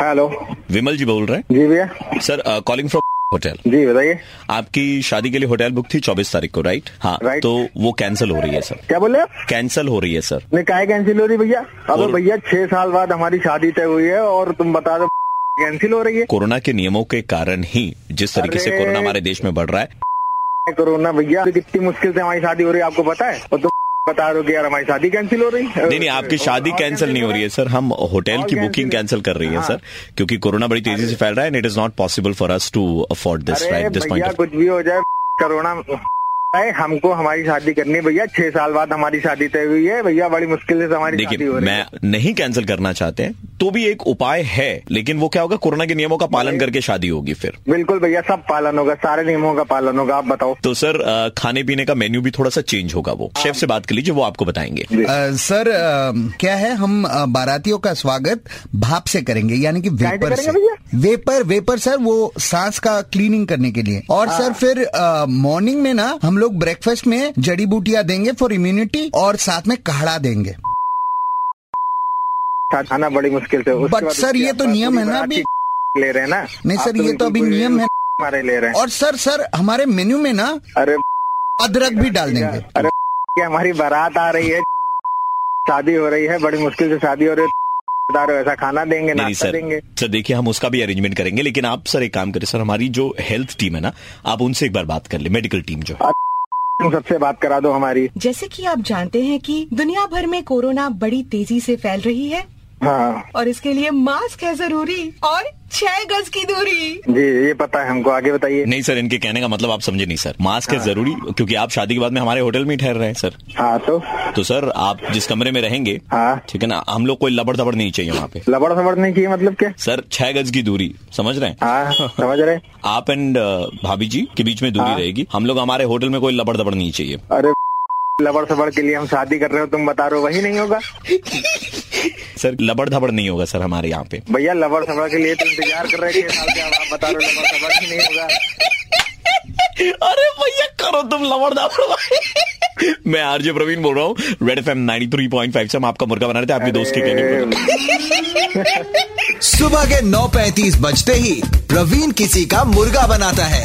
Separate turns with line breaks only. Hello
Vimal ji बोल रहे हैं uh,
जी भैया
सर कॉलिंग फ्रॉम होटल
जी बताइए
आपकी शादी के लिए होटल बुक थी 24 तारीख को राइट हाँ
Right.
तो वो कैंसिल हो रही है सर
क्या बोले आप
कैंसिल हो रही है सर
नहीं काहे कैंसिल हो रही भैया अबे
और-
भैया छह साल बाद हमारी शादी तय हुई है और तुम बता दो कैंसिल हो रही है
कोरोना के नियमों के कारण ही जिस तरीके से
अरे।
कोरोना हमारे देश में बढ़ रहा है
क्या करो ना भैया कितनी मुश्किल से हमारी शादी हो रही है आपको पता है और तुम बता रहे हो कि यार हमारी शादी कैंसिल हो रही है
नहीं नहीं आपकी शादी कैंसिल नहीं हो रही है सर हम होटल
और
की
cancel
बुकिंग
नहीं।
कैंसिल कर रही है
हाँ।
सर क्योंकि कोरोना बड़ी तेजी से फैल रहा है and it is not possible for us to afford this
अरे
राइट दिस
भैया
पॉइंट
कुछ भी हो जाए कोरोना है, हमको हमारी शादी करनी है भैया छह साल बाद हमारी शादी तय हुई है भैया बड़ी मुश्किल से हमारी शादी
देखिए
हो रही है
मैं नहीं कैंसिल करना चाहते हैं तो भी एक उपाय है लेकिन वो क्या होगा कोरोना के नियमों का पालन करके शादी होगी फिर
बिल्कुल भैया सब पालन होगा सारे नियमों का पालन होगा आप बताओ
तो सर अ, खाने पीने का मेन्यू भी थोड़ा सा चेंज होगा वो शेफ से बात कर लीजिए वो आपको बताएंगे
अ, सर अ, क्या है हम अ, बारातियों का स्वागत भाप से करेंगे यानी कि
से
वेपर से
करेंगे भैया?
वेपर वेपर सर वो सांस का क्लीनिंग करने के लिए
हाँ।
और सर फिर मॉर्निंग में ना हम लोग ब्रेकफास्ट में जड़ी बूटियां देंगे फॉर इम्यूनिटी और साथ में काढ़ा देंगे
खाना बड़ी मुश्किल से उसके
But
बाद
sir,
उसकी
ये तो
आप
नियम है ना
पूरी
अभी।
बारात ले रहे हैं ना
नहीं
आप
सर
तो
ये तो अभी
बिल्कुल
नियम है
हमारे ले रहे हैं
और सर सर हमारे मेन्यू में ना
अरे
अदरक भी डाल देंगे
अरे कि हमारी बारात आ रही है शादी हो रही है बड़ी मुश्किल से शादी हो रही है बता रहे हो, ऐसा खाना देंगे
नहीं
नाश्ता
सर
देंगे
सर देखिए हम उसका भी अरेंजमेंट करेंगे लेकिन आप सर एक काम करें सर हमारी जो हेल्थ टीम है ना आप उनसे एक बार बात कर ले मेडिकल टीम जो है
तुम सबसे बात करा दो हमारी
जैसे कि आप जानते हैं कि दुनिया भर में कोरोना बड़ी तेजी से फैल रही है
हाँ
और इसके लिए मास्क है जरूरी और छह गज की दूरी
जी ये पता है हमको आगे बताइए
नहीं सर इनके कहने का मतलब आप समझे नहीं सर मास्क है जरूरी क्योंकि आप शादी के बाद में हमारे होटल में ही ठहर रहे हैं सर
हाँ तो
तो सर आप जिस कमरे में रहेंगे
हाँ।
ठीक है ना हम लोग कोई लबड़ दबड़ नहीं चाहिए वहाँ पे
लबड़ सबड़ नहीं चाहिए मतलब क्या
सर छह गज की दूरी समझ रहे हैं
हाँ समझ रहे
आप एंड भाभी जी के बीच में दूरी
हाँ।
रहेगी हम लोग हमारे होटल में कोई लबड़ दबड़ नहीं चाहिए
अरे लबड़ सबड़ के लिए हम शादी कर रहे हो तुम बता रहे हो वही नहीं होगा
सर लबड़ धबड़ नहीं होगा सर हमारे यहाँ पे
भैया लवर सभा के लिए तो इंतजार कर रहे थे साल के अब आप बता रहे हो लवर सभा ही नहीं होगा
अरे भैया करो तुम लबड़ दबड़ मैं आरजे प्रवीण बोल रहा हूँ Red F M nine three point five से हम आपका मुर्गा बना रहे थे आपके दोस्त के कहने पर
सुबह के 9:35 बजते ही प्रवीण किसी का मुर्गा बनाता है